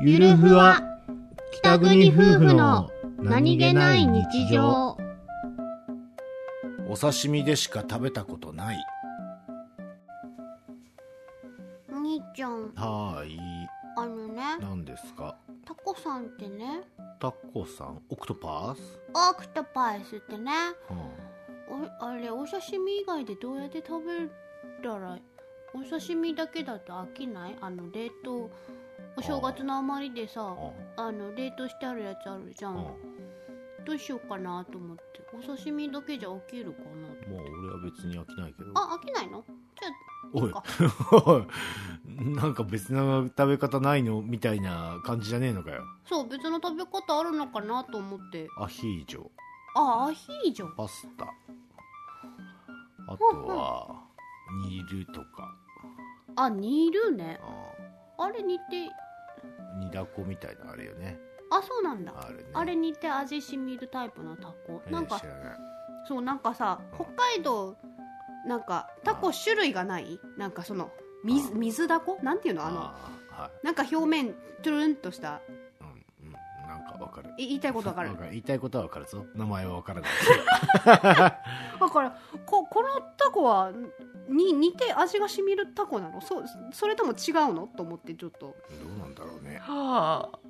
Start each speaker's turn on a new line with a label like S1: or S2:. S1: ゆるふわ北国夫婦のお刺身でしか食べたことない
S2: 兄ちゃん
S1: はーい
S2: あのね
S1: 何ですか
S2: タコさんってね
S1: タコさんオクトパス、
S2: オクトパイスってね
S1: うん
S2: おあれお刺身以外でどうやって食べたらお刺身だけだと飽きないあの冷凍お正月の余りでさ
S1: うん
S2: あの冷凍してあるやつあるじゃん、
S1: うん
S2: どうしようかなと思ってお刺身だけじゃ飽きるかなと
S1: まあ俺は別に飽きないけど
S2: あ飽きないのじゃ
S1: おい
S2: そっ
S1: おい なんか別な食べ方ないのみたいな感じじゃねえのかよ
S2: あそう別の食べ方あるのかなと思って
S1: アヒージョ
S2: あアヒージョ
S1: パスタあとは煮るとか
S2: あ煮るね
S1: あ
S2: あれ煮て
S1: ー煮だこみたいなあれよね
S2: あそうなんだ
S1: あれね
S2: あれ煮て味しみるタイプのタコ
S1: えー
S2: なんか
S1: 知らない
S2: そうなんかさ
S1: うん
S2: 北海道なんかタコ種類がないなんかその水
S1: あ
S2: 水ダコなんていうのあの
S1: あーはい
S2: なんか表面トゥルンとした
S1: うんうんなんかわかる
S2: い言いたいことわかる
S1: わ言いたいことはわかるぞ名前はわからない
S2: だからここのタコはに似て味がしみるタコなのそそれとも違うのと思ってちょっと
S1: どうなんだろうね
S2: はあ